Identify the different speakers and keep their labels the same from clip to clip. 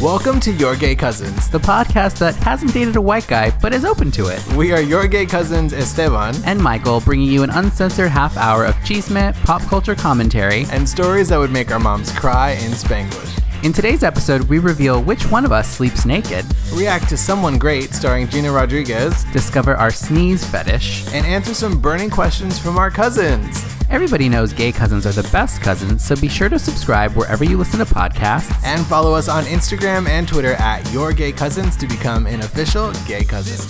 Speaker 1: Welcome to Your Gay Cousins.
Speaker 2: the podcast that hasn't dated a white guy but is open to it.
Speaker 1: We are your gay cousins Esteban
Speaker 2: And Michael bringing you an uncensored half hour of chisme, pop culture commentary.
Speaker 1: and stories that would make our moms cry in Spanglish.
Speaker 2: In today's episode, we reveal which one of us sleeps naked,
Speaker 1: React to Someone Great starring Gina Rodriguez
Speaker 2: discover our sneeze fetish.
Speaker 1: and answer some burning questions from our cousins.
Speaker 2: Everybody knows gay cousins are the best cousins, so be sure to subscribe wherever you listen to podcasts.
Speaker 1: And follow us on Instagram and Twitter at Your Gay Cousins to become an official gay cousin.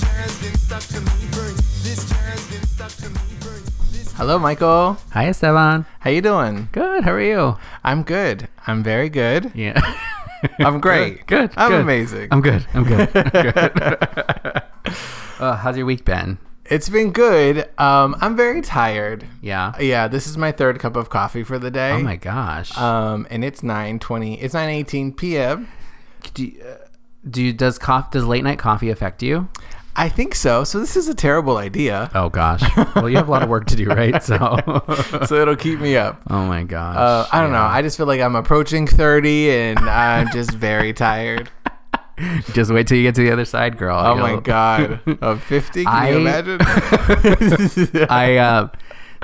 Speaker 1: Hello, Michael.
Speaker 2: Hi, Esteban.
Speaker 1: How you doing?
Speaker 2: Good. How are you?
Speaker 1: I'm good. I'm very good.
Speaker 2: Yeah.
Speaker 1: I'm great.
Speaker 2: Good.
Speaker 1: I'm
Speaker 2: good.
Speaker 1: amazing.
Speaker 2: I'm good. I'm good. I'm good. uh, how's your week been?
Speaker 1: It's been good. Um, I'm very tired.
Speaker 2: Yeah.
Speaker 1: Yeah, this is my third cup of coffee for the day.
Speaker 2: Oh my gosh.
Speaker 1: Um, and it's nine twenty. It's nine eighteen p.m.
Speaker 2: do you, uh, do you- does cough does late night coffee affect you?
Speaker 1: I think so. So this is a terrible idea.
Speaker 2: Oh gosh. Well, you have a lot of work to do, right? So. oh
Speaker 1: So it'll keep me up.
Speaker 2: my gosh.
Speaker 1: Uh, I don't know. I just feel like I'm approaching thirty, and I'm just very tired.
Speaker 2: Just wait till you get to the other side, girl.
Speaker 1: Oh my
Speaker 2: You'll-
Speaker 1: god, of fifty? Can you
Speaker 2: I-
Speaker 1: imagine?
Speaker 2: I uh,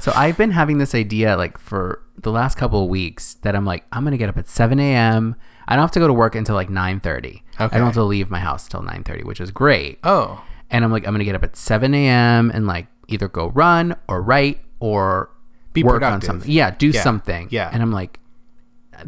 Speaker 2: so I've been having this idea like for the last couple of weeks that I'm like I'm gonna get up at 7 a.m. I don't have to go to work until like 9:30. I
Speaker 1: Okay.
Speaker 2: don't have to leave my house till 9:30, which is great.
Speaker 1: oh,
Speaker 2: And I'm like I'm gonna get up at 7 a.m. and like either go run or write or
Speaker 1: Be
Speaker 2: work on
Speaker 1: productive.
Speaker 2: something. Yeah, do something.
Speaker 1: yeah.
Speaker 2: And I'm like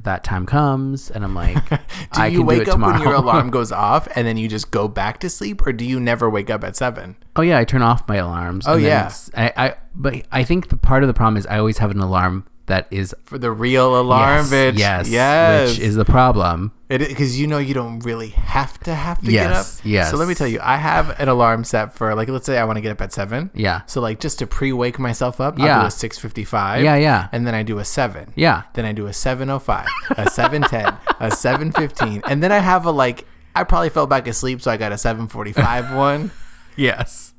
Speaker 2: that time comes, and I'm like
Speaker 1: do
Speaker 2: I
Speaker 1: you
Speaker 2: can do
Speaker 1: wake
Speaker 2: it
Speaker 1: up
Speaker 2: tomorrow.
Speaker 1: when your alarm goes off, and then you just go back to sleep, or do you never wake up at seven?
Speaker 2: Oh yeah, I turn off my alarms. Oh
Speaker 1: yeah.
Speaker 2: I, I but I think the part of the problem is I always have an alarm that is
Speaker 1: For the real alarm,
Speaker 2: yes,
Speaker 1: bitch.
Speaker 2: Yes,
Speaker 1: yes.
Speaker 2: which is the problem.
Speaker 1: because you know you don't really have to have to
Speaker 2: Yes,
Speaker 1: get up.
Speaker 2: yes.
Speaker 1: So let me tell you, I have an alarm set for like let's say I want to get up at seven.
Speaker 2: Yeah.
Speaker 1: So like just to pre wake myself up, I'll
Speaker 2: Yeah.
Speaker 1: do a six fifty five.
Speaker 2: Yeah, yeah.
Speaker 1: And then I do a seven.
Speaker 2: Yeah.
Speaker 1: Then I do a seven oh five, a seven ten, a seven fifteen, and then I have a like I probably fell back asleep, so I got a seven forty five one.
Speaker 2: Yes.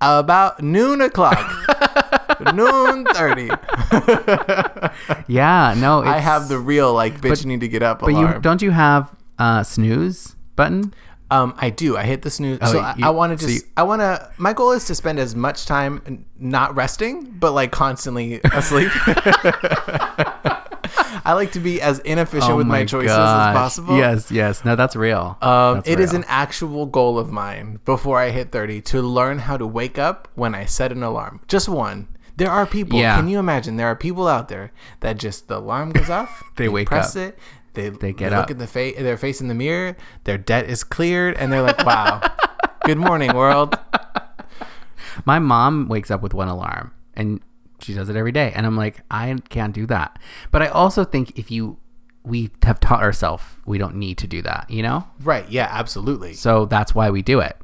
Speaker 1: About noon o'clock. noon thirty.
Speaker 2: Yeah. No. It's,
Speaker 1: I have the real like bitch you need to get up
Speaker 2: But
Speaker 1: alarm.
Speaker 2: you don't you have uh, snooze button?
Speaker 1: Um, I do. I hit the snooze. so I,
Speaker 2: Oh, you-
Speaker 1: I want to
Speaker 2: so
Speaker 1: just.
Speaker 2: you-
Speaker 1: I want to. My goal is to spend as much time n- not resting, but like constantly asleep. I like to be as inefficient Oh with my, choices
Speaker 2: Oh gosh.
Speaker 1: as possible.
Speaker 2: Yes. Yes. No, that's real.
Speaker 1: Um,
Speaker 2: That's
Speaker 1: it is
Speaker 2: real.
Speaker 1: an actual goal of mine before I hit 30 to learn how to wake up when I set an alarm. Just one. There are people,
Speaker 2: Yeah.
Speaker 1: can you imagine? There are people out there that just the alarm goes off,
Speaker 2: They wake
Speaker 1: press
Speaker 2: up.
Speaker 1: it, they, they
Speaker 2: get
Speaker 1: look
Speaker 2: up.
Speaker 1: at the fa- their face in the mirror, their debt is cleared, and they're like, wow, good morning, world.
Speaker 2: My mom wakes up with one alarm and she does it every day. And I'm like, I can't do that. But I also think if you, we have taught ourselves we don't need to do that, you know?
Speaker 1: Right. Yeah, absolutely.
Speaker 2: So that's why we do it,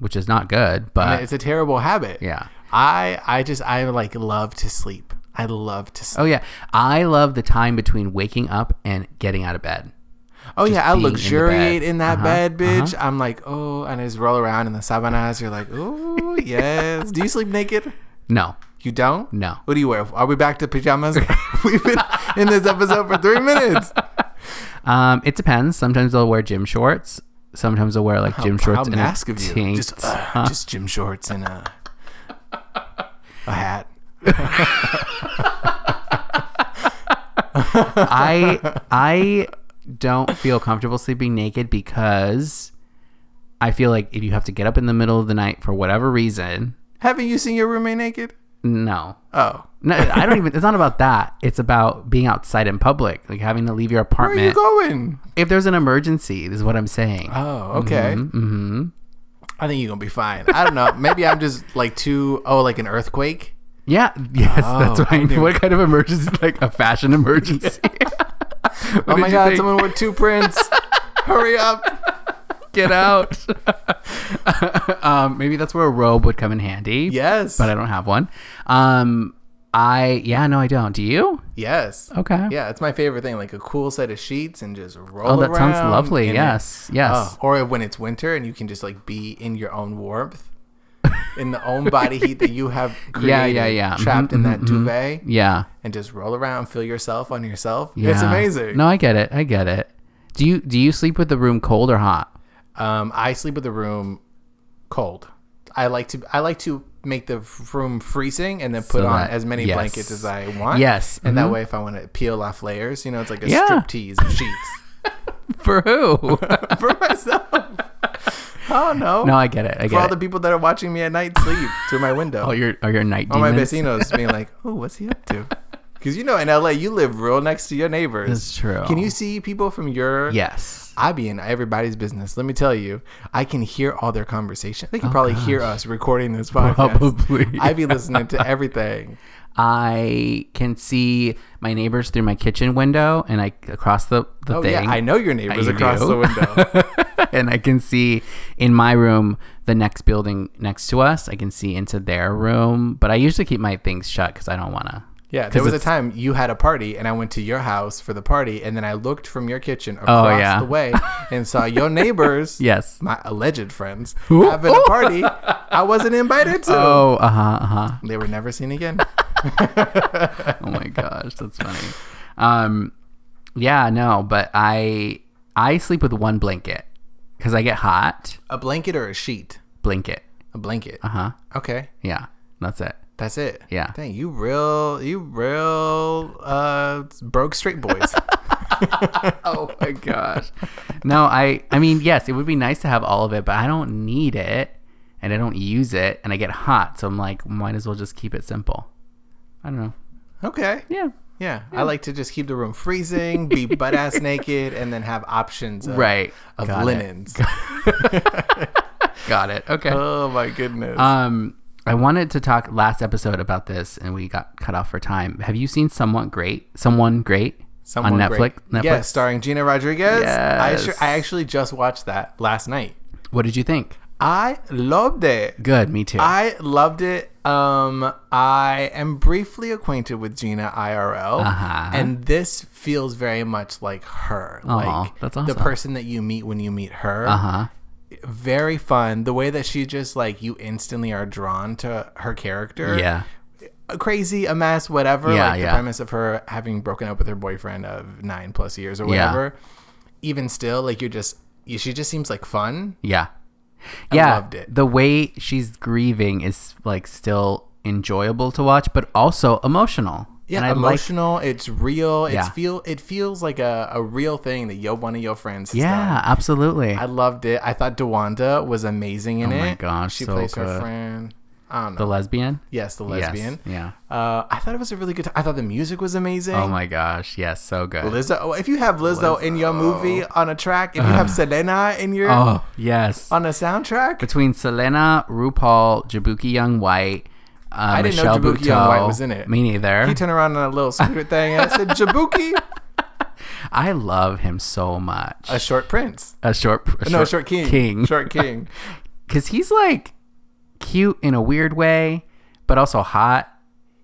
Speaker 2: which is not good. But
Speaker 1: It's a terrible habit.
Speaker 2: uh, yeah.
Speaker 1: I, I just, I like love to sleep. I love to sleep.
Speaker 2: Oh, yeah. I love the time between waking up and getting out of bed.
Speaker 1: Oh yeah, I
Speaker 2: being in the
Speaker 1: luxuriate
Speaker 2: bed. Uh-huh,
Speaker 1: in, that bed, bitch. I'm like, oh, and I just roll around in the sabanas. You're like, oh yes. do you sleep naked?
Speaker 2: No,
Speaker 1: You don't?
Speaker 2: no.
Speaker 1: What do you wear? Are we back to pajamas? We've been in this episode for three minutes.
Speaker 2: Um, it depends. Sometimes I'll wear gym shorts. Sometimes I'll wear like gym
Speaker 1: How
Speaker 2: shorts and
Speaker 1: mask
Speaker 2: a
Speaker 1: of you?
Speaker 2: tank.
Speaker 1: Just, uh, just gym shorts and a a hat.
Speaker 2: I I don't feel comfortable sleeping naked because I feel like if you have to get up in the middle of the night for whatever reason,
Speaker 1: Haven't you seen your roommate naked?
Speaker 2: no.
Speaker 1: Oh,
Speaker 2: No, I don't even it's not about that. It's about being outside in public, like having to leave your
Speaker 1: where are you
Speaker 2: apartment.
Speaker 1: going?
Speaker 2: If there's an emergency, is what I'm saying.
Speaker 1: Oh, okay.
Speaker 2: hmm
Speaker 1: I think you're gonna be fine. I don't know. Maybe I'm just like too. Oh, like an earthquake.
Speaker 2: Yeah, yes, that's
Speaker 1: Oh,
Speaker 2: what I mean. What kind of emergency? Like a fashion emergency? What
Speaker 1: Oh
Speaker 2: did
Speaker 1: my
Speaker 2: you
Speaker 1: god,
Speaker 2: think?
Speaker 1: someone with two prints. Hurry up.
Speaker 2: get out. um, maybe that's where a robe would come in handy.
Speaker 1: Yes.
Speaker 2: but I don't have one. Um, I yeah, no, I don't. Do you?
Speaker 1: yes.
Speaker 2: Okay.
Speaker 1: Yeah, it's my favorite thing. Like a cool set of sheets and just roll
Speaker 2: Oh, that sounds
Speaker 1: around
Speaker 2: lovely.
Speaker 1: in
Speaker 2: Yes.
Speaker 1: it.
Speaker 2: Yes.
Speaker 1: Oh, or when it's winter and you can just like be in your own warmth, in the own body heat that you have created,
Speaker 2: Yeah, yeah, yeah. Mm-hmm,
Speaker 1: trapped in that duvet,
Speaker 2: Yeah.
Speaker 1: and just roll around, feel yourself on yourself.
Speaker 2: yeah.
Speaker 1: It's amazing.
Speaker 2: No, I get it. I get it. Do you do you sleep with the room cold or hot?
Speaker 1: Um, I sleep with the room cold. I like to I like to make the room freezing and then put
Speaker 2: So
Speaker 1: on
Speaker 2: that-
Speaker 1: as many
Speaker 2: yes.
Speaker 1: blankets as I want.
Speaker 2: Yes,
Speaker 1: and that
Speaker 2: mhm.
Speaker 1: way, if I want to peel off layers, you know, it's like a
Speaker 2: Yeah.
Speaker 1: strip tease of sheets
Speaker 2: For who?
Speaker 1: for myself. Oh no!
Speaker 2: no, I get it. I
Speaker 1: for all
Speaker 2: get
Speaker 1: the
Speaker 2: it.
Speaker 1: people that are watching me at night sleep through my window.
Speaker 2: All your all your night
Speaker 1: all my
Speaker 2: demons.
Speaker 1: vecinos being like, "Oh, what's he up to?" Because you know, in LA, you live real next to your neighbors.
Speaker 2: That's true.
Speaker 1: Can you see people from your?
Speaker 2: Yes.
Speaker 1: I be in everybody's business. Let me tell you, I can hear all their conversation. They can probably hear us recording this podcast.
Speaker 2: Oh, Probably.
Speaker 1: I be listening to everything.
Speaker 2: I can see my neighbors through my kitchen window and I across the, the
Speaker 1: Oh
Speaker 2: thing.
Speaker 1: yeah, I know your neighbors
Speaker 2: I
Speaker 1: across
Speaker 2: do.
Speaker 1: the window.
Speaker 2: and I can see in my room the next building next to us. I can see into their room, but I usually keep my things shut because I don't want to.
Speaker 1: Yeah, there was a
Speaker 2: it's-
Speaker 1: time you had a party and I went to your house for the party and then I looked from your kitchen across
Speaker 2: Oh, yeah.
Speaker 1: the way and saw your neighbors,
Speaker 2: Yes.
Speaker 1: my alleged friends, having a party I wasn't invited to.
Speaker 2: Oh, uh huh, uh huh.
Speaker 1: They were never seen again.
Speaker 2: oh my gosh, that's funny. Um, yeah, no, but I I sleep with one blanket because I get hot.
Speaker 1: a blanket or a sheet?
Speaker 2: Blanket.
Speaker 1: A blanket.
Speaker 2: Uh huh.
Speaker 1: Okay.
Speaker 2: Yeah, that's it.
Speaker 1: That's it.
Speaker 2: Yeah.
Speaker 1: Dang, you real, you real, uh, broke straight boys.
Speaker 2: Oh my gosh. No, I I mean yes, it would be nice to have all of it, but I don't need it and I don't use it and I get hot, so I'm like might as well just keep it simple. I don't know.
Speaker 1: okay.
Speaker 2: Yeah.
Speaker 1: Yeah. I like to just keep the room freezing, be butt ass naked, and then have options of,
Speaker 2: Right.
Speaker 1: of
Speaker 2: Got it.
Speaker 1: linens.
Speaker 2: Got it. Okay.
Speaker 1: oh my goodness.
Speaker 2: Um, I wanted to talk last episode about this, and we got cut off for time. Have you seen Somewhat Great? Someone Great
Speaker 1: Someone
Speaker 2: on Netflix.
Speaker 1: Great.
Speaker 2: Netflix.
Speaker 1: Yeah, starring Gina Rodriguez. I,
Speaker 2: Yes.
Speaker 1: sure, I actually just watched that last night.
Speaker 2: What did you think?
Speaker 1: I loved it.
Speaker 2: Good. Me too.
Speaker 1: I loved it. Um, I am briefly acquainted with Gina IRL,
Speaker 2: Uh-huh.
Speaker 1: and this feels very much like her, like
Speaker 2: that's
Speaker 1: the
Speaker 2: awesome.
Speaker 1: person that you meet when you meet her.
Speaker 2: uh huh.
Speaker 1: Very fun. The way that she just like you instantly are drawn to her character.
Speaker 2: Yeah.
Speaker 1: a crazy, a mess, whatever.
Speaker 2: Yeah,
Speaker 1: like the
Speaker 2: yeah.
Speaker 1: premise of her having broken up with her boyfriend of nine plus years or
Speaker 2: Yeah.
Speaker 1: whatever. Even still, like you're just, you, she just seems like fun.
Speaker 2: Yeah. Yeah.
Speaker 1: loved it.
Speaker 2: The way she's grieving is like still enjoyable to watch, but also emotional.
Speaker 1: Yeah,
Speaker 2: And I like-
Speaker 1: emotional. it's real. It's
Speaker 2: Yeah.
Speaker 1: feel. It feels like a, a real thing that yo one of your friends. Has
Speaker 2: yeah,
Speaker 1: done.
Speaker 2: absolutely.
Speaker 1: I loved it. I thought DeWanda was amazing in it.
Speaker 2: Oh my gosh,
Speaker 1: she
Speaker 2: so
Speaker 1: plays her
Speaker 2: good.
Speaker 1: friend. I don't know.
Speaker 2: the lesbian.
Speaker 1: yes, the
Speaker 2: Yes,
Speaker 1: lesbian.
Speaker 2: Yeah.
Speaker 1: Uh, I thought it was a really good. T- I thought the music was amazing.
Speaker 2: Oh my gosh. Yes. So good.
Speaker 1: Lizzo. oh, If you have Lizzo, in your movie on a track, if you have Selena in your
Speaker 2: oh yes.
Speaker 1: on a soundtrack,
Speaker 2: between Selena, RuPaul, Jabuki Young White. Uh, I
Speaker 1: didn't know
Speaker 2: Michelle
Speaker 1: Jabuki
Speaker 2: Buteau.
Speaker 1: Young White was in it.
Speaker 2: Me neither.
Speaker 1: he turned around on a little scooter thing and I said, "Jabuki,
Speaker 2: I love him so much.
Speaker 1: a short prince."
Speaker 2: A short, a
Speaker 1: No, short king.
Speaker 2: king,
Speaker 1: Short king.
Speaker 2: because he's like cute in a weird way, but also hot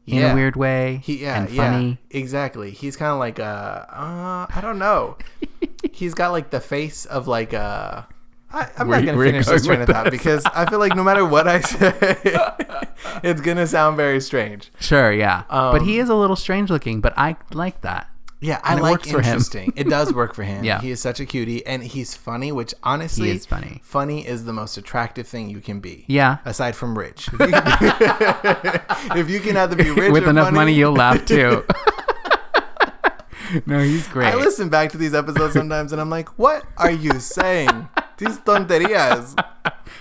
Speaker 2: in
Speaker 1: Yeah.
Speaker 2: a weird way.
Speaker 1: He, yeah,
Speaker 2: and funny.
Speaker 1: yeah, exactly. He's kind of like a, uh, I don't know. He's got like the face of like a. I, I'm
Speaker 2: Where
Speaker 1: not
Speaker 2: you-
Speaker 1: gonna
Speaker 2: where you
Speaker 1: finish
Speaker 2: going
Speaker 1: this train of
Speaker 2: with
Speaker 1: thought
Speaker 2: this?
Speaker 1: because I feel like no matter what I say, it's gonna sound very strange.
Speaker 2: Sure, yeah, but
Speaker 1: Um,
Speaker 2: he is a little strange looking, but I like that.
Speaker 1: Yeah, I
Speaker 2: it
Speaker 1: like
Speaker 2: works for him.
Speaker 1: interesting. it does work for him.
Speaker 2: Yeah.
Speaker 1: he is such a cutie, and he's funny. Which honestly,
Speaker 2: is funny.
Speaker 1: Funny is the most attractive thing you can be.
Speaker 2: Yeah,
Speaker 1: aside from rich. If you can, if you can either be rich
Speaker 2: with
Speaker 1: or
Speaker 2: enough
Speaker 1: funny-
Speaker 2: money, you'll laugh too. no, he's great.
Speaker 1: I listen back to these episodes sometimes and I'm like, what are you saying? these tonterias.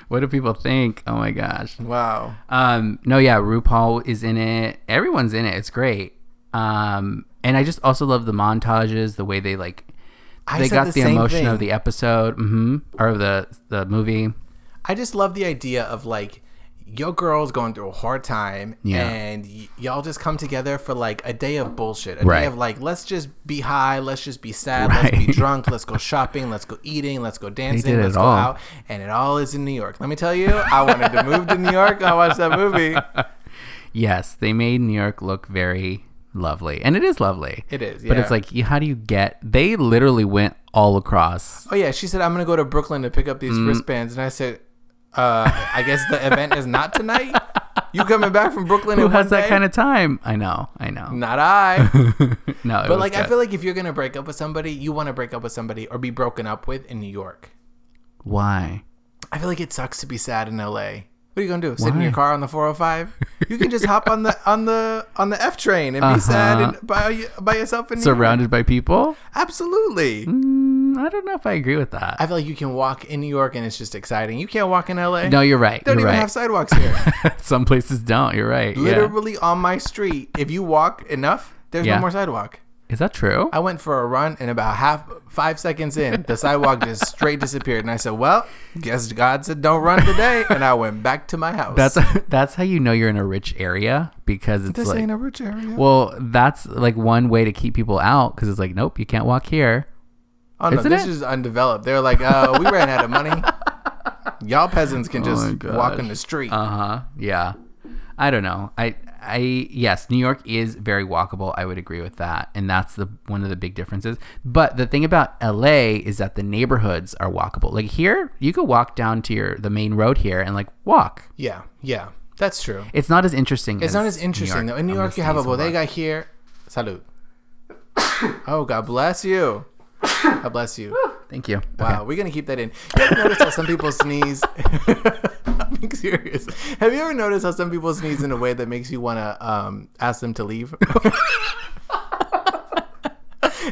Speaker 2: what do people think? Oh my gosh.
Speaker 1: Wow.
Speaker 2: Um, no, yeah, RuPaul is in it. Everyone's in it. It's great. Um, and I just also love the montages, the way they like
Speaker 1: I
Speaker 2: they
Speaker 1: said
Speaker 2: got
Speaker 1: the
Speaker 2: the,
Speaker 1: same
Speaker 2: emotion
Speaker 1: thing.
Speaker 2: of the episode, hmm or of the the movie.
Speaker 1: I just love the idea of like, your girl's going through a hard time
Speaker 2: Yeah.
Speaker 1: and y- y'all just come together for like a day of bullshit. A
Speaker 2: Right.
Speaker 1: day of like, let's just be high, let's just be sad, let's
Speaker 2: Right.
Speaker 1: be drunk, let's go shopping, let's go eating, let's go dancing,
Speaker 2: did it
Speaker 1: let's go
Speaker 2: all.
Speaker 1: out. And it all is in New York. Let me tell you, I wanted to move to New York. I watched that movie.
Speaker 2: Yes, they made New York look very lovely, and it is lovely.
Speaker 1: It is,
Speaker 2: but
Speaker 1: yeah.
Speaker 2: it's like, you- how do you get? They literally went all across.
Speaker 1: Oh yeah, she said I'm gonna go to
Speaker 2: Mm.
Speaker 1: Brooklyn to pick up these wristbands, and I said, uh, I guess the event is not tonight. You coming back from Brooklyn?
Speaker 2: Who
Speaker 1: in
Speaker 2: has
Speaker 1: one
Speaker 2: that
Speaker 1: day?
Speaker 2: kind of time? I know, I know.
Speaker 1: Not I.
Speaker 2: no, it
Speaker 1: But like, I feel like if you're gonna break up with somebody, you want to break up with somebody or be broken up with in New York.
Speaker 2: why?
Speaker 1: I feel like it sucks to be sad in L.A. What are you gonna do? Sit in your
Speaker 2: Why?
Speaker 1: car on the 405? You can just hop on the on the on the F train and be sad
Speaker 2: Uh-huh.
Speaker 1: and by by yourself in New York.
Speaker 2: Surrounded by people?
Speaker 1: Absolutely.
Speaker 2: Mm, I don't know if I agree with that.
Speaker 1: I feel like you can walk in New York and it's just exciting. You can't walk in L.A.
Speaker 2: no, you're right.
Speaker 1: They don't
Speaker 2: you're
Speaker 1: even
Speaker 2: right.
Speaker 1: have sidewalks here.
Speaker 2: Some places don't. You're right. Yeah.
Speaker 1: Literally on my street, if you walk enough, there's
Speaker 2: Yeah.
Speaker 1: no more sidewalk.
Speaker 2: Is that true?
Speaker 1: I went for a run, and about half five seconds in, the sidewalk just straight disappeared. And I said, "Well, guess God said don't run today." And I went back to my house.
Speaker 2: That's that's how you know you're in a rich area because it's
Speaker 1: this
Speaker 2: like
Speaker 1: ain't a rich area.
Speaker 2: well, that's like one way to keep people out because it's like nope, you can't walk here.
Speaker 1: oh no,
Speaker 2: isn't
Speaker 1: this
Speaker 2: it?
Speaker 1: is undeveloped. They're like, "Oh, we ran out of money. Y'all peasants can
Speaker 2: Oh my
Speaker 1: just
Speaker 2: gosh.
Speaker 1: walk in the street."
Speaker 2: Uh huh. Yeah. I don't know. I I yes, New York is very walkable. I would agree with that, and that's the one of the big differences. But the thing about LA is that the neighborhoods are walkable. Like here, you could walk down to your the main road here and like walk.
Speaker 1: yeah, yeah, that's true.
Speaker 2: It's not as interesting.
Speaker 1: It's not as interesting though. In New York, you have a bodega here. Salud. oh, God bless you. God bless you.
Speaker 2: Thank you.
Speaker 1: Wow, we're Uh, gonna keep that in. You ever notice how some people sneeze? I'm being serious. Have you ever noticed how some people sneeze in a way that makes you want to um, ask them to leave?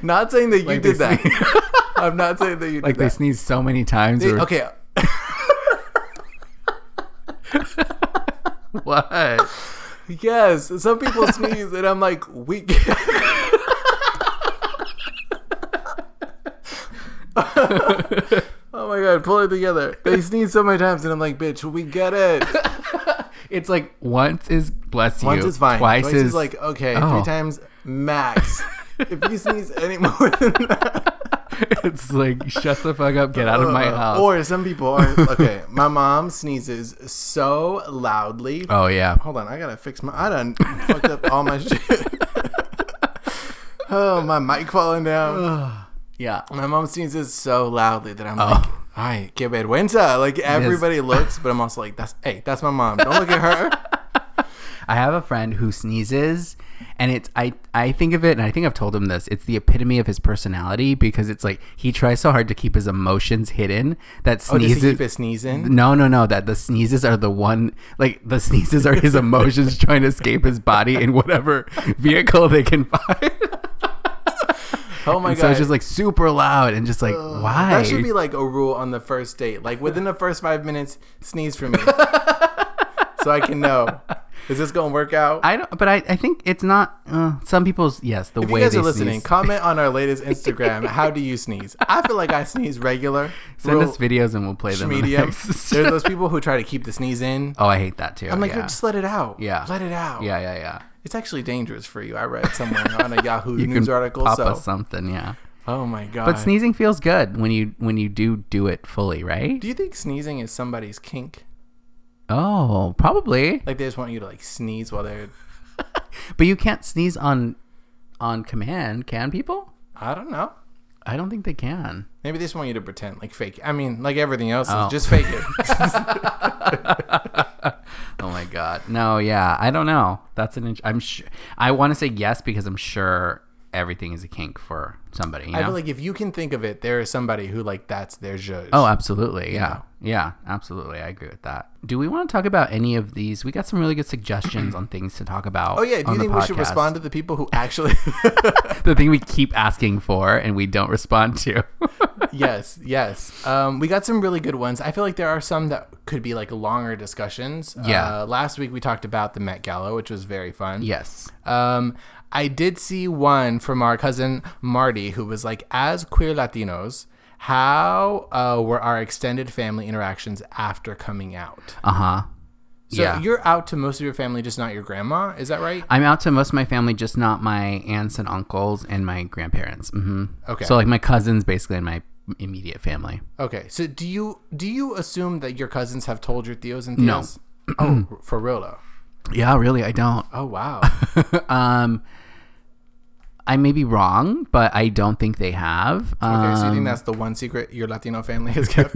Speaker 1: not saying that you
Speaker 2: Like they
Speaker 1: did that. I'm not saying that you
Speaker 2: Like
Speaker 1: did
Speaker 2: they
Speaker 1: that.
Speaker 2: sneeze so many times. or,
Speaker 1: okay,
Speaker 2: What?
Speaker 1: yes, some people sneeze, and I'm like, we. oh my god, pull it together. They sneeze so many times, and I'm like, bitch, we get it.
Speaker 2: It's like once is bless you.
Speaker 1: Once is fine.
Speaker 2: Twice, is,
Speaker 1: like okay.
Speaker 2: Oh.
Speaker 1: Three times max. if you sneeze any more than that,
Speaker 2: it's like shut the fuck up, get out of my house.
Speaker 1: Or some people are okay. My mom sneezes so loudly.
Speaker 2: oh yeah.
Speaker 1: Hold on, I gotta fix my. I done fucked up all my shit. oh, my mic falling down.
Speaker 2: Yeah.
Speaker 1: My mom sneezes so loudly that
Speaker 2: Oh.
Speaker 1: I'm like. Ay, qué vergüenza. Like everybody looks, but I'm also like, that's hey, that's my mom. Don't look at her.
Speaker 2: I have a friend who sneezes and it's I I think of it and I think I've told him this. It's the epitome of his personality because it's like he tries so hard to keep his emotions hidden that
Speaker 1: Oh, does he
Speaker 2: sneezes
Speaker 1: keep it sneezing?
Speaker 2: No, no, no. That the sneezes are the one, like the sneezes are his emotions trying to escape his body in whatever vehicle they can find.
Speaker 1: Oh my
Speaker 2: and
Speaker 1: god.
Speaker 2: so it's just like super loud and just like why?
Speaker 1: That should be like a rule on the first date. Like within the first five minutes, sneeze for me. so I can know. Is this gonna work out?
Speaker 2: I don't, but I, I think it's not. Uh, some people's yes, the
Speaker 1: if
Speaker 2: way
Speaker 1: you guys
Speaker 2: they
Speaker 1: are listening,
Speaker 2: sneeze.
Speaker 1: comment on our latest Instagram. how do you sneeze? I feel like I sneeze regular.
Speaker 2: Send
Speaker 1: real
Speaker 2: us videos and we'll play them. in the
Speaker 1: medium.
Speaker 2: next-
Speaker 1: There's those people who try to keep the sneeze in.
Speaker 2: oh, I hate that too.
Speaker 1: I'm like,
Speaker 2: yeah.
Speaker 1: just let it out.
Speaker 2: Yeah.
Speaker 1: Let it out.
Speaker 2: yeah, yeah, yeah.
Speaker 1: It's actually dangerous for you. I read somewhere on a Yahoo
Speaker 2: You
Speaker 1: News
Speaker 2: can
Speaker 1: article.
Speaker 2: pop
Speaker 1: So
Speaker 2: us something, yeah.
Speaker 1: Oh my god.
Speaker 2: But sneezing feels good when you when you do do it fully, right?
Speaker 1: do you think sneezing is somebody's kink?
Speaker 2: Oh, probably.
Speaker 1: Like they just want you to like sneeze while they're
Speaker 2: But you can't sneeze on on command, can people?
Speaker 1: I don't know.
Speaker 2: I don't think they can.
Speaker 1: Maybe they just want you to pretend, like fake. it. I mean, like everything else,
Speaker 2: Oh.
Speaker 1: is just fake it.
Speaker 2: Oh my god. No, yeah. I don't know. That's an int- I'm sure I want to say yes because I'm sure everything is a kink for somebody, you know?
Speaker 1: I feel like if you can think of it, there is somebody who like that's their judge.
Speaker 2: Oh, absolutely. Yeah. Yeah, absolutely. I agree with that. Do we want to talk about any of these? We got some really good suggestions on things to talk about.
Speaker 1: oh yeah. Do
Speaker 2: on
Speaker 1: you
Speaker 2: the
Speaker 1: think we should
Speaker 2: podcast.
Speaker 1: respond to the people who actually?
Speaker 2: The thing we keep asking for and we don't respond to.
Speaker 1: yes, yes. Um, we got some really good ones. I feel like there are some that could be like longer discussions.
Speaker 2: Yeah.
Speaker 1: Uh, last week we talked about the Met Gala, which was very fun.
Speaker 2: yes.
Speaker 1: Um, I did see one from our cousin Marty, who was like, as queer Latinos, how uh, were our extended family interactions after coming out?
Speaker 2: Uh-huh.
Speaker 1: So
Speaker 2: yeah.
Speaker 1: you're out to most of your family, just not your grandma. Is that right?
Speaker 2: I'm out to most of my family, just not my aunts and uncles and my grandparents. hmm
Speaker 1: Okay.
Speaker 2: So like my cousins, basically, and my immediate family.
Speaker 1: Okay. So do you do you assume that your cousins have told your theos and theos? No. oh, for real though.
Speaker 2: Yeah, really, I don't.
Speaker 1: Oh wow.
Speaker 2: um, I may be wrong, but I don't think they have.
Speaker 1: Okay.
Speaker 2: Um,
Speaker 1: so you think that's the one secret your Latino family has kept?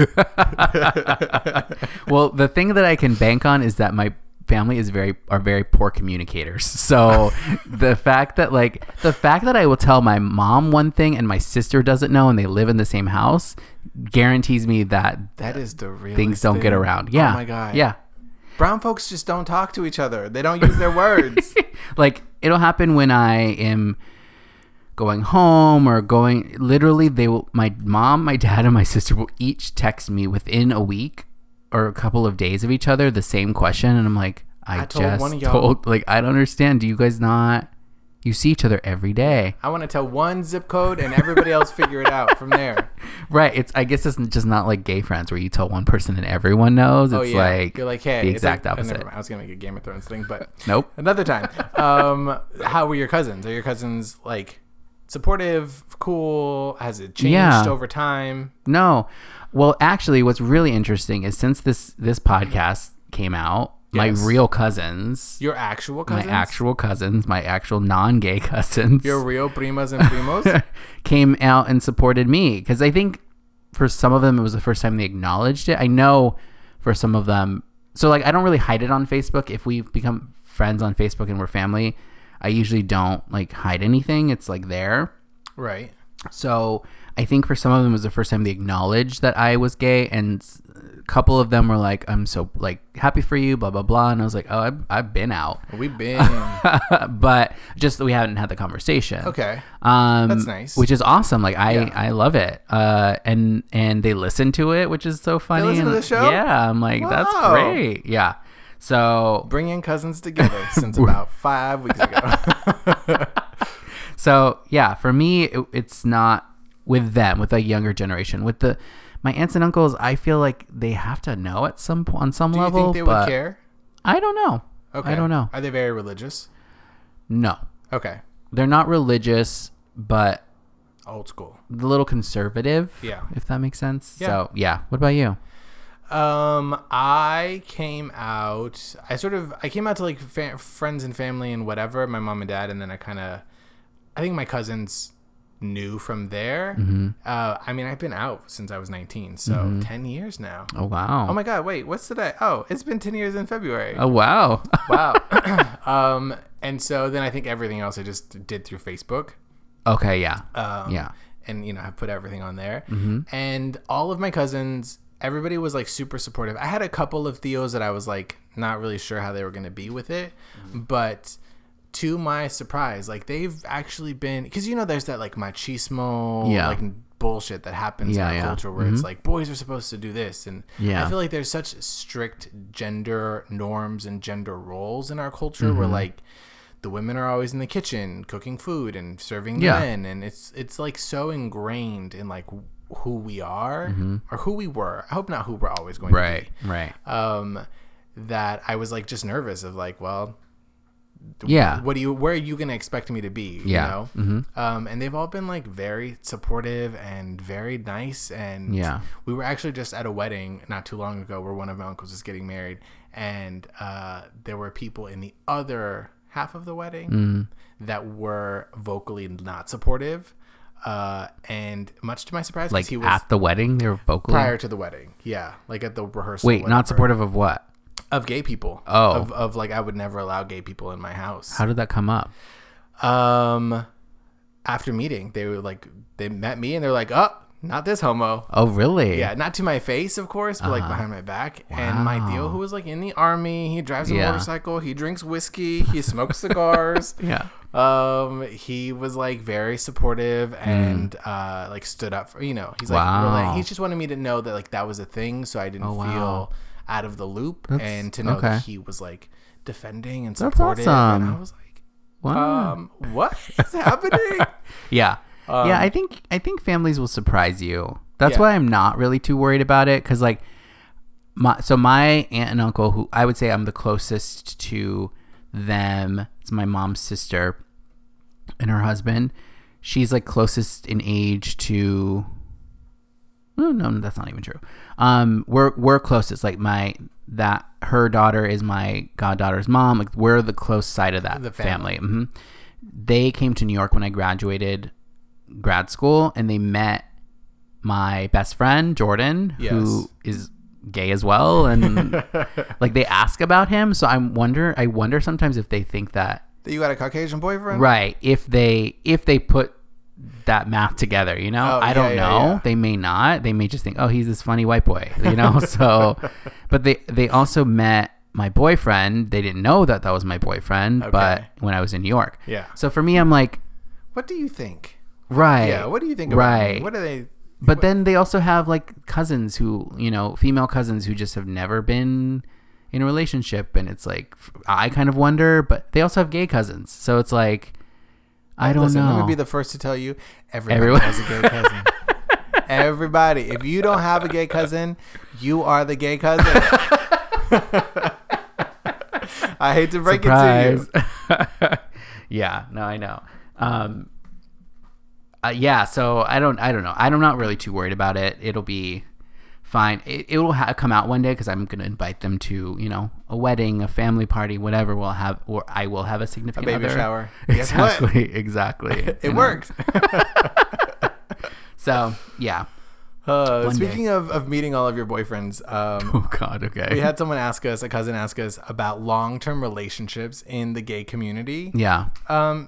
Speaker 2: well, the thing that I can bank on is that my family is very are very poor communicators. So the fact that like the fact that I will tell my mom one thing and my sister doesn't know and they live in the same house guarantees me that
Speaker 1: That is the real
Speaker 2: things don't get around. Yeah.
Speaker 1: Oh my god.
Speaker 2: Yeah.
Speaker 1: Brown folks just don't talk to each other. They don't use their words.
Speaker 2: like it'll happen when I am going home or going literally they will my mom, my dad and my sister will each text me within a week or a couple of days of each other the same question and I'm like I,
Speaker 1: I told
Speaker 2: just
Speaker 1: one of y'all-
Speaker 2: told like I don't understand do you guys not you see each other every day.
Speaker 1: I want to tell one zip code and everybody else figure it out from there.
Speaker 2: Right, it's I guess it's just not like gay friends where you tell one person and everyone knows. It's
Speaker 1: Oh yeah.
Speaker 2: like
Speaker 1: You're like, hey,
Speaker 2: the
Speaker 1: it's like-
Speaker 2: exact
Speaker 1: oh, never
Speaker 2: opposite.
Speaker 1: mind. I was gonna make a Game of Thrones thing, but
Speaker 2: Nope.
Speaker 1: another time. Um, how were your cousins? Are your cousins like supportive, cool? Has it changed
Speaker 2: Yeah.
Speaker 1: over time?
Speaker 2: No. Well, actually, what's really interesting is since this this podcast came out,
Speaker 1: Yes.
Speaker 2: my real cousins,
Speaker 1: Your actual
Speaker 2: my
Speaker 1: cousins?
Speaker 2: actual cousins, my actual non-gay cousins,
Speaker 1: Your real primas and primos?
Speaker 2: came out and supported me because I think for some of them it was the first time they acknowledged it. I know for some of them, so like I don't really hide it on Facebook. If we've become friends on Facebook and we're family, I usually don't like hide anything. It's like there.
Speaker 1: right.
Speaker 2: So I think for some of them it was the first time they acknowledged that I was gay, and s- a couple of them were like, "I'm so like happy for you," blah blah blah, and I was like, "Oh, I've, I've been out,"
Speaker 1: We've been
Speaker 2: but just that we haven't had the conversation.
Speaker 1: okay.
Speaker 2: Um,
Speaker 1: That's nice.
Speaker 2: Which is awesome. Like I, I love it. Uh, and and they listen to it, which is so funny.
Speaker 1: listen to
Speaker 2: And-
Speaker 1: the show?
Speaker 2: Yeah, I'm like that's
Speaker 1: Wow.
Speaker 2: great. Yeah. So
Speaker 1: Bringing cousins together since about five weeks ago.
Speaker 2: So yeah, for me, it, it's not with them, with a younger generation, with the my aunts and uncles. I feel like they have to know at some po- on some
Speaker 1: Do you
Speaker 2: level.
Speaker 1: think they
Speaker 2: but
Speaker 1: would care?
Speaker 2: I don't know.
Speaker 1: Okay.
Speaker 2: I don't know.
Speaker 1: Are they very religious?
Speaker 2: No,
Speaker 1: Okay.
Speaker 2: they're not religious, but
Speaker 1: Old school.
Speaker 2: a little conservative.
Speaker 1: Yeah.
Speaker 2: if that makes sense.
Speaker 1: Yeah.
Speaker 2: So yeah. What about you?
Speaker 1: Um, I came out. I sort of I came out to like fa- friends and family and whatever, my mom and dad, and then I kind of, I think my cousins knew from there. Uh, I mean, I've been out since I was 19, so 10 years now.
Speaker 2: Oh wow.
Speaker 1: Oh my god, wait, what's today? Oh, it's been 10 years in February.
Speaker 2: Oh wow.
Speaker 1: Wow. um, and so then I think everything else I just did through Facebook.
Speaker 2: okay. Yeah.
Speaker 1: Um,
Speaker 2: yeah.
Speaker 1: and you know have put everything on there
Speaker 2: Mm-hmm.
Speaker 1: and all of my cousins everybody was like super supportive i had a couple of theos that i was like not really sure how they were going to be with it
Speaker 2: Mm-hmm.
Speaker 1: but to my surprise like they've actually been because you know there's that like machismo
Speaker 2: Yeah.
Speaker 1: like bullshit that happens
Speaker 2: Yeah,
Speaker 1: in our
Speaker 2: yeah.
Speaker 1: culture where it's like boys are supposed to do this and
Speaker 2: Yeah.
Speaker 1: i feel like there's such strict gender norms and gender roles in our culture where
Speaker 2: Mm-hmm.
Speaker 1: like the women are always in the kitchen cooking food and serving the
Speaker 2: Yeah.
Speaker 1: men and it's it's like so ingrained in like wh- who we are or who we were i hope not who we're always going
Speaker 2: Mm-hmm. Right. Right.
Speaker 1: to be um that i was like just nervous of like well
Speaker 2: yeah.
Speaker 1: what do you where are you gonna expect me to be
Speaker 2: Yeah. Mm-hmm.
Speaker 1: you know um, and they've all been like very supportive and very nice and
Speaker 2: Yeah.
Speaker 1: we were actually just at a wedding not too long ago where one of my uncles is getting married and uh, there were people in the other half of the wedding
Speaker 2: Mm-hmm.
Speaker 1: that were vocally not supportive uh, and much to my surprise 'cause
Speaker 2: Like
Speaker 1: he was
Speaker 2: at the wedding, they were vocally.
Speaker 1: prior to the wedding yeah like at the rehearsal
Speaker 2: Wait,
Speaker 1: whatever,
Speaker 2: not supportive of what?
Speaker 1: of gay people
Speaker 2: Oh.
Speaker 1: of, of like i would never allow gay people in my house
Speaker 2: How did that come up?
Speaker 1: um after meeting they were like they met me and they're like oh not this homo
Speaker 2: Oh, really?
Speaker 1: yeah not to my face of course but
Speaker 2: Uh-huh.
Speaker 1: like behind my back and my deal who was like in the army he drives a
Speaker 2: Yeah.
Speaker 1: motorcycle he drinks whiskey he smokes cigars
Speaker 2: Yeah.
Speaker 1: um he was like very supportive and uh like stood up for you know he's like
Speaker 2: Hmm. Wow. Oh,
Speaker 1: rela- he just wanted me to know that like that was a thing so i didn't
Speaker 2: wow.
Speaker 1: feel out of the loop and to know
Speaker 2: okay.
Speaker 1: that he was like defending and supportive and i
Speaker 2: awesome.
Speaker 1: was like
Speaker 2: Wow.
Speaker 1: um what is happening
Speaker 2: yeah. yeah, I think I think families will surprise you. That's
Speaker 1: Um, Yeah.
Speaker 2: why I'm not really too worried about it cuz like my so my aunt and uncle who I would say I'm the closest to them. It's my mom's sister and her husband. She's like closest in age to Oh, no, that's not even true. Um, we're we're closest. Like my that her daughter is my goddaughter's mom. Like we're the close side of that
Speaker 1: The
Speaker 2: family.
Speaker 1: family.
Speaker 2: hmm They came to New York when I graduated grad school, and they met my best friend Jordan, who
Speaker 1: Yes.
Speaker 2: is gay as well and like they ask about him so i wonder i wonder sometimes if they think that
Speaker 1: That you got a Caucasian boyfriend?
Speaker 2: right if they if they put that math together you know
Speaker 1: Oh,
Speaker 2: i
Speaker 1: yeah,
Speaker 2: don't
Speaker 1: yeah,
Speaker 2: know
Speaker 1: yeah.
Speaker 2: they may not they may just think oh he's this funny white boy you know so but they they also met my boyfriend they didn't know that that was my boyfriend but
Speaker 1: Okay.
Speaker 2: when i was in new york
Speaker 1: Yeah.
Speaker 2: so for me i'm like
Speaker 1: What do you think?
Speaker 2: right
Speaker 1: Yeah. What do you think about me?
Speaker 2: right.
Speaker 1: What are they?
Speaker 2: but then they also have like cousins who you know female cousins who just have never been in a relationship and it's like f- i kind of wonder but they also have gay cousins so it's like i don't
Speaker 1: Listen,
Speaker 2: know
Speaker 1: let me be the first to tell you. Everybody
Speaker 2: Everyone-
Speaker 1: has a gay cousin. Everybody. If you don't have a gay cousin, you are the gay cousin. I hate to break it to you.
Speaker 2: Surprise. yeah no i know um uh, yeah so i don't i don't know i'm not really too worried about it it'll be fine it, it will ha- come out one day because i'm gonna invite them to you know a wedding a family party whatever we'll have or i will have a significant
Speaker 1: baby
Speaker 2: other.
Speaker 1: shower. Guess what?
Speaker 2: exactly exactly
Speaker 1: It
Speaker 2: You know?
Speaker 1: worked.
Speaker 2: so yeah
Speaker 1: Uh,
Speaker 2: day.
Speaker 1: speaking of, of meeting all of your boyfriends, um,
Speaker 2: oh god okay
Speaker 1: we had someone ask us, a cousin ask us about long term relationships in the gay community.
Speaker 2: yeah
Speaker 1: Um,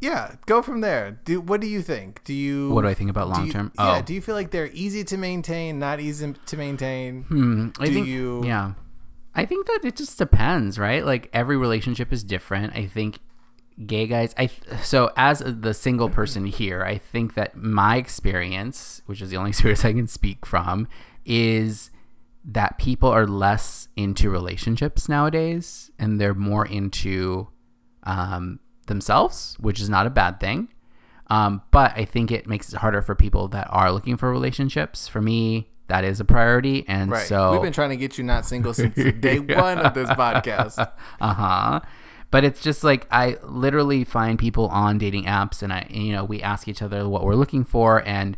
Speaker 1: yeah, go from there. Do what do you think? Do you
Speaker 2: What do I think about
Speaker 1: do you-
Speaker 2: long-term?
Speaker 1: Yeah,
Speaker 2: Oh.
Speaker 1: do you feel like they're easy to maintain, not easy to maintain?
Speaker 2: Hmm, I
Speaker 1: Do
Speaker 2: think,
Speaker 1: you-
Speaker 2: Yeah. I think that it just depends, right? Like every relationship is different. I think gay guys I th- so as the single person here, I think that my experience, which is the only experience I can speak from, is that people are less into relationships nowadays and they're more into um, themselves, which is not a bad thing. Um, but I think it makes it harder for people that are looking for relationships. For me, that is a priority. And
Speaker 1: Right.
Speaker 2: so
Speaker 1: We've been trying to get you not single since day one of this podcast.
Speaker 2: uh huh. But it's just like I literally find people on dating apps, and I, you know, we ask each other what we're looking for, and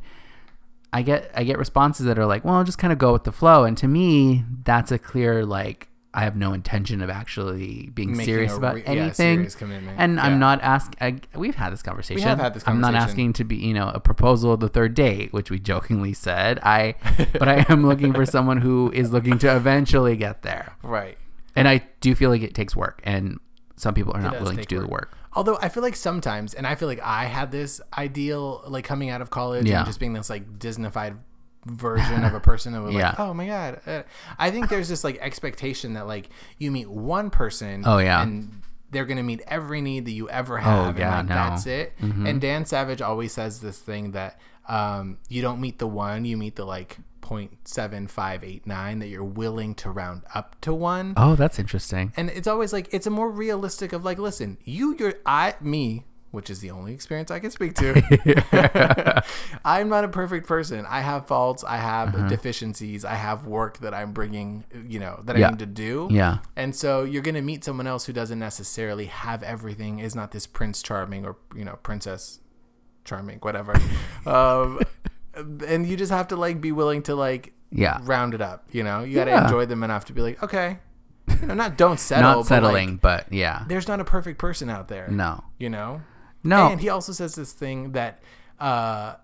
Speaker 2: I get I get responses that are like, well, just kind of go with the flow. And to me, that's a clear like I have no intention of actually being
Speaker 1: Making
Speaker 2: serious
Speaker 1: a
Speaker 2: about
Speaker 1: re- yeah,
Speaker 2: anything.
Speaker 1: serious commitment.
Speaker 2: And
Speaker 1: Yeah.
Speaker 2: I'm not asking. We've had this conversation.
Speaker 1: had this
Speaker 2: I'm not
Speaker 1: conversation.
Speaker 2: asking to be, you know, a proposal of the third date, which we jokingly said. I, but I am looking for someone who is looking to eventually get there
Speaker 1: Right.
Speaker 2: and I do feel like it takes work, and some people are not
Speaker 1: does
Speaker 2: willing to
Speaker 1: take
Speaker 2: do the work.
Speaker 1: Although I feel like sometimes, and I feel like I had this ideal, like coming out of college
Speaker 2: Yeah.
Speaker 1: and just being this like Disneyfied version of a person that was
Speaker 2: Yeah.
Speaker 1: like, oh my god. Uh, I think there's this like expectation that like you meet one person,
Speaker 2: Oh, yeah. Oh,
Speaker 1: and they're gonna meet every need that you ever have, and
Speaker 2: yeah,
Speaker 1: like
Speaker 2: no. Mm-hmm.
Speaker 1: that's it. And Dan Savage always says this thing that um, you don't meet the one, you meet the like. 0.7589 that you're willing to round up to one
Speaker 2: Oh, that's interesting.
Speaker 1: and it's always like it's a more realistic of like listen you your i me which is the only experience i can speak to i'm not a perfect person i have faults i have
Speaker 2: Mm-hmm.
Speaker 1: deficiencies i have work that i'm bringing you know that
Speaker 2: Yeah.
Speaker 1: i need to do
Speaker 2: Yeah.
Speaker 1: and so you're going to meet someone else who doesn't necessarily have everything is not this prince charming or you know princess charming whatever um and you just have to like be willing to like
Speaker 2: Yeah.
Speaker 1: round it up you know you got to
Speaker 2: Yeah.
Speaker 1: enjoy them enough to be like okay you know, not don't settle but,
Speaker 2: Not
Speaker 1: like,
Speaker 2: settling, but, yeah.
Speaker 1: there's not a perfect person out there
Speaker 2: No.
Speaker 1: you know
Speaker 2: No.
Speaker 1: and he also says this thing that uh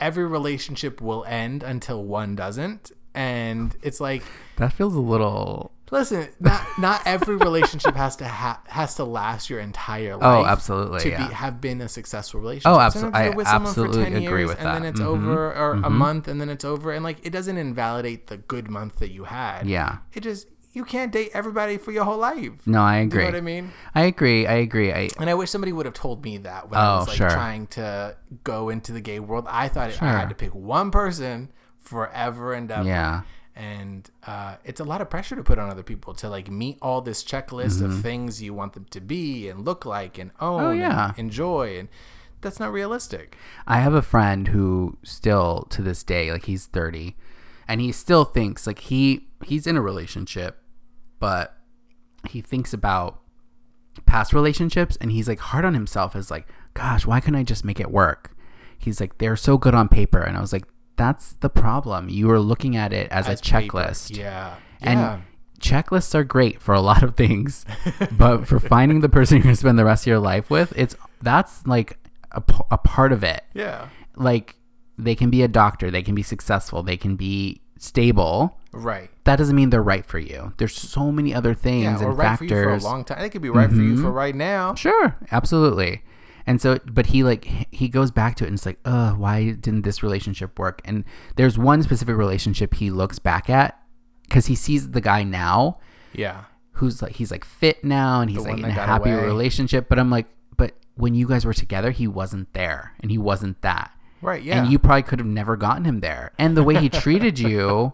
Speaker 1: every relationship will end until one doesn't and it's like
Speaker 2: that feels a little.
Speaker 1: Listen, not not every relationship has to ha- has to last your entire life.
Speaker 2: Oh, absolutely,
Speaker 1: To
Speaker 2: yeah. Oh,
Speaker 1: be, have been a successful relationship.
Speaker 2: abso-
Speaker 1: Sometimes
Speaker 2: I
Speaker 1: you're with someone for
Speaker 2: absolutely
Speaker 1: 10
Speaker 2: agree
Speaker 1: years,
Speaker 2: with
Speaker 1: And
Speaker 2: that.
Speaker 1: then it's
Speaker 2: Mhm,
Speaker 1: over, or a month, and then it's over, and like it doesn't invalidate the good month that you had.
Speaker 2: Yeah.
Speaker 1: It just you can't date everybody for your whole life.
Speaker 2: No, I
Speaker 1: Do
Speaker 2: agree.
Speaker 1: you know what I mean?
Speaker 2: I agree. I agree. I
Speaker 1: And I wish somebody would have told me that when
Speaker 2: Oh,
Speaker 1: I was like
Speaker 2: sure.
Speaker 1: trying to go into the gay world. I thought I
Speaker 2: Sure.
Speaker 1: had to pick one person forever and ever
Speaker 2: yeah.
Speaker 1: and uh, it's a lot of pressure to put on other people to like meet all this checklist
Speaker 2: Mm-hmm.
Speaker 1: of things you want them to be and look like and own
Speaker 2: Oh, yeah.
Speaker 1: and enjoy and that's not realistic
Speaker 2: I have a friend who still to this day, like he's 30 and he still thinks like he he's in a relationship, but he thinks about past relationships and he's like hard on himself as like, gosh, why couldn't I just make it work? He's like, they're so good on paper. And I was like, that's the problem. You are looking at it as, a
Speaker 1: paper.
Speaker 2: checklist.
Speaker 1: yeah
Speaker 2: And
Speaker 1: yeah
Speaker 2: checklists are great for a lot of things, but for finding the person you're going to spend the rest of your life with, it's that's like a, p- a part of it
Speaker 1: yeah
Speaker 2: like they can be a doctor, they can be successful, they can be stable,
Speaker 1: Right.
Speaker 2: that doesn't mean they're right for you. There's so many other things
Speaker 1: Yeah,
Speaker 2: and
Speaker 1: or right for
Speaker 2: factors. Mm-hmm.
Speaker 1: you for a long time. They could be right for you for right now.
Speaker 2: Sure, absolutely. And so, but he like h- he goes back to it and it's like, uh, why didn't this relationship work? And there's one specific relationship he looks back at because he sees the guy now
Speaker 1: Yeah.
Speaker 2: who's like he's like fit now and he's like
Speaker 1: one
Speaker 2: in a
Speaker 1: that got
Speaker 2: happy
Speaker 1: away.
Speaker 2: relationship. But I'm like, but when you guys were together, he wasn't there and he wasn't that.
Speaker 1: Right. Yeah.
Speaker 2: And you probably could have never gotten him there. And the way he treated you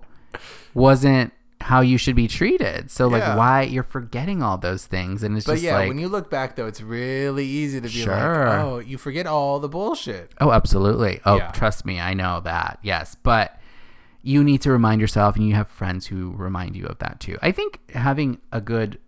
Speaker 2: wasn't how you should be treated. So like,
Speaker 1: Yeah.
Speaker 2: why you're forgetting all those things? And it's
Speaker 1: But
Speaker 2: just
Speaker 1: yeah,
Speaker 2: like,
Speaker 1: when you look back though, it's really easy to be
Speaker 2: Sure.
Speaker 1: like, oh, you forget all the bullshit.
Speaker 2: Oh, absolutely. Oh,
Speaker 1: Yeah.
Speaker 2: trust me, I know that. Yes, but you need to remind yourself, and you have friends who remind you of that too. I think having a good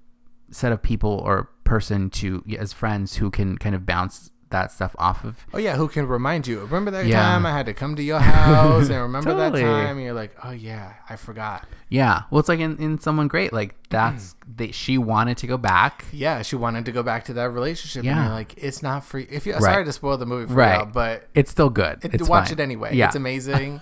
Speaker 2: set of people or person to as friends who can kind of bounce that stuff off of.
Speaker 1: Oh yeah, who can remind you? Remember that
Speaker 2: Yeah.
Speaker 1: time I had to come to your house, and remember
Speaker 2: Totally.
Speaker 1: that time? And you're like, oh yeah, I forgot.
Speaker 2: Yeah, well, it's like in, in someone great. Like that's
Speaker 1: Mm.
Speaker 2: they, she wanted to go back.
Speaker 1: Yeah, she wanted to go back to that relationship, and
Speaker 2: Yeah.
Speaker 1: you're like, it's not for you. If you, sorry to spoil the movie for
Speaker 2: Right.
Speaker 1: you, but
Speaker 2: It's still good. it's
Speaker 1: watch
Speaker 2: fine.
Speaker 1: it anyway.
Speaker 2: Yeah,
Speaker 1: It's amazing.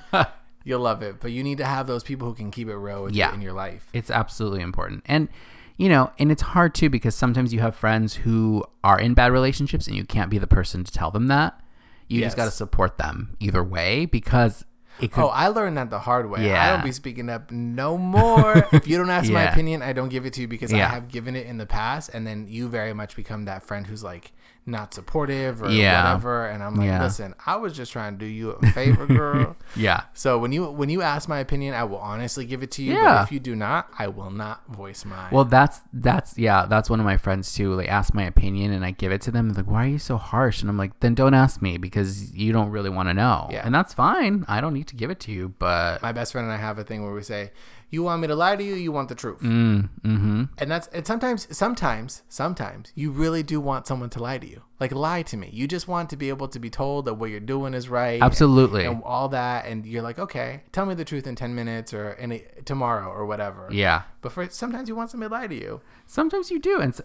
Speaker 1: You'll love it, but you need to have those people who can keep it real with
Speaker 2: Yeah.
Speaker 1: you in your life.
Speaker 2: It's absolutely important. And you know, and it's hard too because sometimes you have friends who are in bad relationships and you can't be the person to tell them that. You
Speaker 1: Yes.
Speaker 2: just got to support them either way because it could
Speaker 1: Oh, I learned that the hard way. I
Speaker 2: Yeah.
Speaker 1: don't be speaking up no more. if you don't ask my
Speaker 2: Yeah.
Speaker 1: opinion, I don't give it to you because
Speaker 2: Yeah.
Speaker 1: I have given it in the past, and then you very much become that friend who's like not supportive or
Speaker 2: Yeah.
Speaker 1: whatever. And I'm like,
Speaker 2: Yeah.
Speaker 1: listen, I was just trying to do you a favor, girl.
Speaker 2: yeah.
Speaker 1: so when you when you ask my opinion, I will honestly give it to you.
Speaker 2: Yeah.
Speaker 1: But if you do not, I will not voice mine.
Speaker 2: Well, that's that's yeah, that's one of my friends too. They ask my opinion and I give it to them. They're like, "Why are you so harsh?" And I'm like, "Then don't ask me because you don't really want to know."
Speaker 1: Yeah.
Speaker 2: And that's fine. I don't need to give it to you, but
Speaker 1: my best friend and I have a thing where we say, "You want me to lie to you? You want the truth."
Speaker 2: mm, mhm.
Speaker 1: And that's and sometimes sometimes sometimes you really do want someone to lie to you. Like lie to me. You just want to be able to be told that what you're doing is right.
Speaker 2: Absolutely.
Speaker 1: And, and all that and you're like, "Okay, tell me the truth in 10 minutes or in a, tomorrow or whatever."
Speaker 2: yeah.
Speaker 1: But for sometimes you want somebody to lie to you.
Speaker 2: Sometimes you do, and s-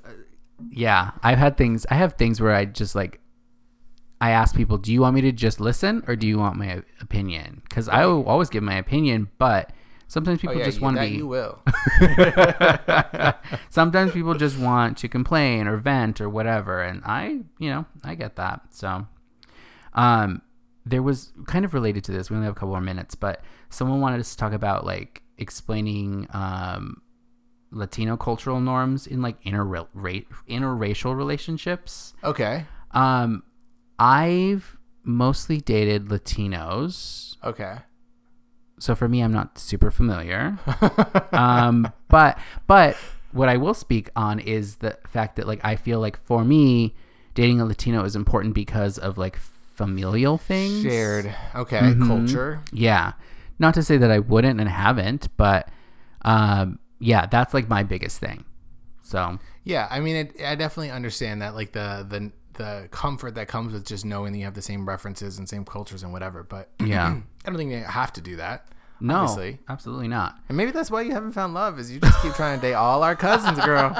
Speaker 2: yeah, I've had things. I have things where I just like, I ask people, "Do you want me to just listen, or do you want my opinion?" Because I will always give my opinion, but sometimes people
Speaker 1: Oh, yeah,
Speaker 2: just
Speaker 1: you-
Speaker 2: want to
Speaker 1: that
Speaker 2: be.
Speaker 1: you will.
Speaker 2: sometimes people just want to complain or vent or whatever, and I, you know, I get that. So, um, there was kind of related to this. We only have a couple more minutes, but someone wanted us to talk about like explaining um, Latino cultural norms in like inter ra- interracial relationships.
Speaker 1: okay.
Speaker 2: Um, I've mostly dated Latinos,
Speaker 1: Okay.
Speaker 2: so for me, I'm not super familiar. um, but but what I will speak on is the fact that like I feel like for me, dating a Latino is important because of like familial things. Mm-hmm.
Speaker 1: Shared. Okay, culture.
Speaker 2: Yeah. Not to say that I wouldn't and haven't, but um, yeah, that's like my biggest thing. So
Speaker 1: Yeah, I mean, it, I definitely understand that, like the the the comfort that comes with just knowing that you have the same references and same cultures and whatever. But
Speaker 2: Yeah.
Speaker 1: I don't think you have to do that.
Speaker 2: no,
Speaker 1: Obviously.
Speaker 2: absolutely not.
Speaker 1: And maybe that's why you haven't found love is you just keep trying to date all our cousins, girl.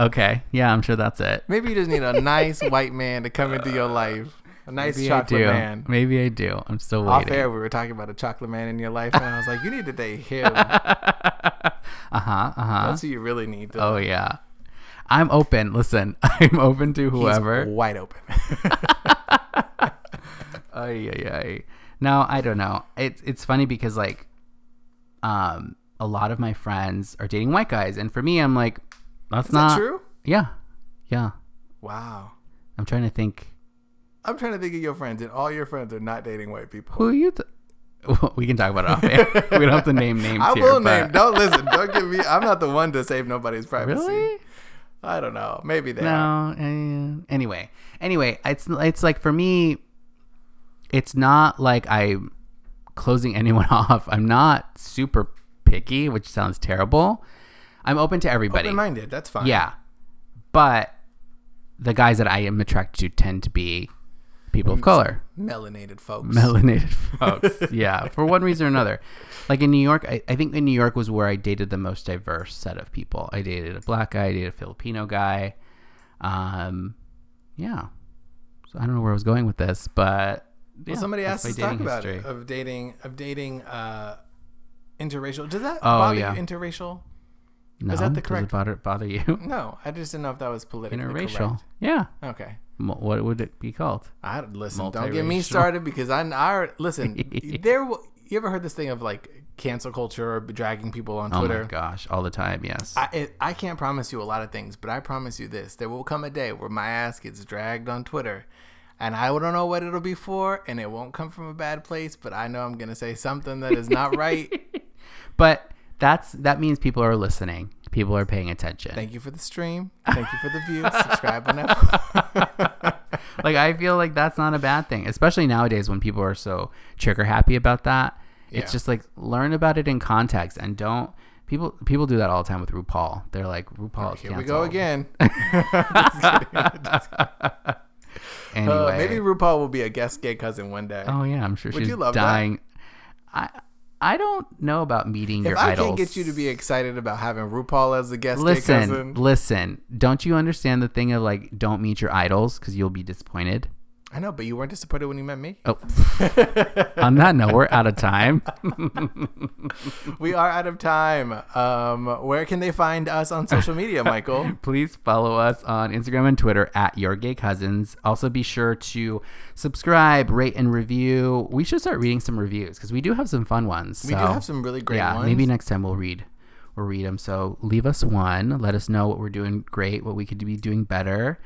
Speaker 2: Okay. Yeah, I'm sure that's it.
Speaker 1: Maybe you just need a nice white man to come into your life, a nice
Speaker 2: Maybe I
Speaker 1: chocolate
Speaker 2: do.
Speaker 1: man.
Speaker 2: Maybe I do. I'm still
Speaker 1: Off
Speaker 2: waiting.
Speaker 1: air, we were talking about a chocolate man in your life, and I was like, you need to date him.
Speaker 2: Uh huh. Uh huh.
Speaker 1: That's who you really need. To
Speaker 2: Oh yeah. I'm open. Listen, I'm open to
Speaker 1: He's
Speaker 2: whoever.
Speaker 1: wide open.
Speaker 2: Ay, ay, ay. No, I don't know. It's it's funny because like, um, a lot of my friends are dating white guys, and for me, I'm like, that's
Speaker 1: Is
Speaker 2: not
Speaker 1: that true?
Speaker 2: Yeah, yeah.
Speaker 1: Wow.
Speaker 2: I'm trying to think.
Speaker 1: I'm trying to think of your friends, and all your friends are not dating white people.
Speaker 2: Who are you? Th- Well, we can talk about it off air. we don't have to name names
Speaker 1: I
Speaker 2: here.
Speaker 1: will
Speaker 2: but-
Speaker 1: name. Don't listen. Don't give me. I'm not the one to save nobody's privacy.
Speaker 2: Really?
Speaker 1: I don't know. Maybe they. Are.
Speaker 2: No. Uh, anyway, anyway, it's it's like for me, it's not like I'm closing anyone off. I'm not super picky, which sounds terrible. I'm open to everybody.
Speaker 1: Open-minded. That's fine.
Speaker 2: Yeah. But the guys that I am attracted to tend to be people
Speaker 1: Mm.
Speaker 2: of color,
Speaker 1: Melanated folks.
Speaker 2: melanated folks. yeah, for one reason or another. Like in New York, I, I think in New York was where I dated the most diverse set of people. I dated a black guy, I dated a Filipino guy. Um, yeah. So I don't know where I was going with this, but
Speaker 1: well, somebody asked
Speaker 2: that's my
Speaker 1: us to talk
Speaker 2: dating
Speaker 1: about it Uh,
Speaker 2: history.
Speaker 1: of dating of dating uh, interracial. Does that
Speaker 2: Oh,
Speaker 1: bother
Speaker 2: yeah.
Speaker 1: you? Interracial?
Speaker 2: No,
Speaker 1: that the
Speaker 2: does
Speaker 1: correct-
Speaker 2: it bother, bother you?
Speaker 1: No, I just didn't know if that was politically
Speaker 2: Interracial.
Speaker 1: correct.
Speaker 2: Yeah.
Speaker 1: Okay.
Speaker 2: M- What would it be called?
Speaker 1: I listen. Don't get me
Speaker 2: Multiracial.
Speaker 1: started because I, I listen. there, will- you ever heard this thing of like cancel culture or dragging people on
Speaker 2: Oh
Speaker 1: Twitter?
Speaker 2: my gosh, all the time. Yes.
Speaker 1: I, it, I can't promise you a lot of things, but I promise you this: there will come a day where my ass gets dragged on Twitter, and I don't know what it'll be for, and it won't come from a bad place. But I know I'm gonna say something that is not right.
Speaker 2: but that's that means people are listening. People are paying attention.
Speaker 1: Thank you for the stream. Thank you for the view. Subscribe on Apple.
Speaker 2: like I feel like that's not a bad thing, especially nowadays when people are so trigger happy about that.
Speaker 1: Yeah.
Speaker 2: It's just like learn about it in context and don't people people do that all the time with RuPaul. They're like RuPaul. is
Speaker 1: Here we go
Speaker 2: canceled."
Speaker 1: again.
Speaker 2: Anyway,
Speaker 1: Uh, maybe RuPaul will be a guest gay cousin one day.
Speaker 2: oh yeah, I'm sure
Speaker 1: Would
Speaker 2: she's
Speaker 1: you love that?
Speaker 2: dying. I I don't know about meeting
Speaker 1: if
Speaker 2: your
Speaker 1: I
Speaker 2: idols.
Speaker 1: can't get you to be excited about having RuPaul as a guest gay
Speaker 2: listen,
Speaker 1: cousin,
Speaker 2: listen. Don't you understand the thing of like don't meet your idols because you'll be disappointed.
Speaker 1: I know, but you weren't disappointed when you met me.
Speaker 2: Oh, on that note, we're out of time.
Speaker 1: We are out of time. Um, where can they find us on social media, Michael?
Speaker 2: please follow us on Instagram and Twitter at Your Gay Cousins. Also, be sure to subscribe, rate, and review. We should start reading some reviews because we do have some fun ones.
Speaker 1: We do have some really great
Speaker 2: yeah,
Speaker 1: ones.
Speaker 2: maybe next time we'll read. We'll read them. So leave us one. Let us know what we're doing great, what we could be doing better.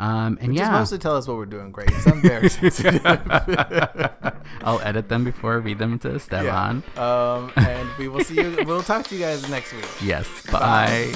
Speaker 2: Um, and
Speaker 1: Just
Speaker 2: yeah,
Speaker 1: mostly tell us what we're doing great. 'cause I'm very sensitive.
Speaker 2: I'll edit them before I read them to Esteban.
Speaker 1: um, and we will see you. We'll talk to you guys next week.
Speaker 2: Yes. Bye.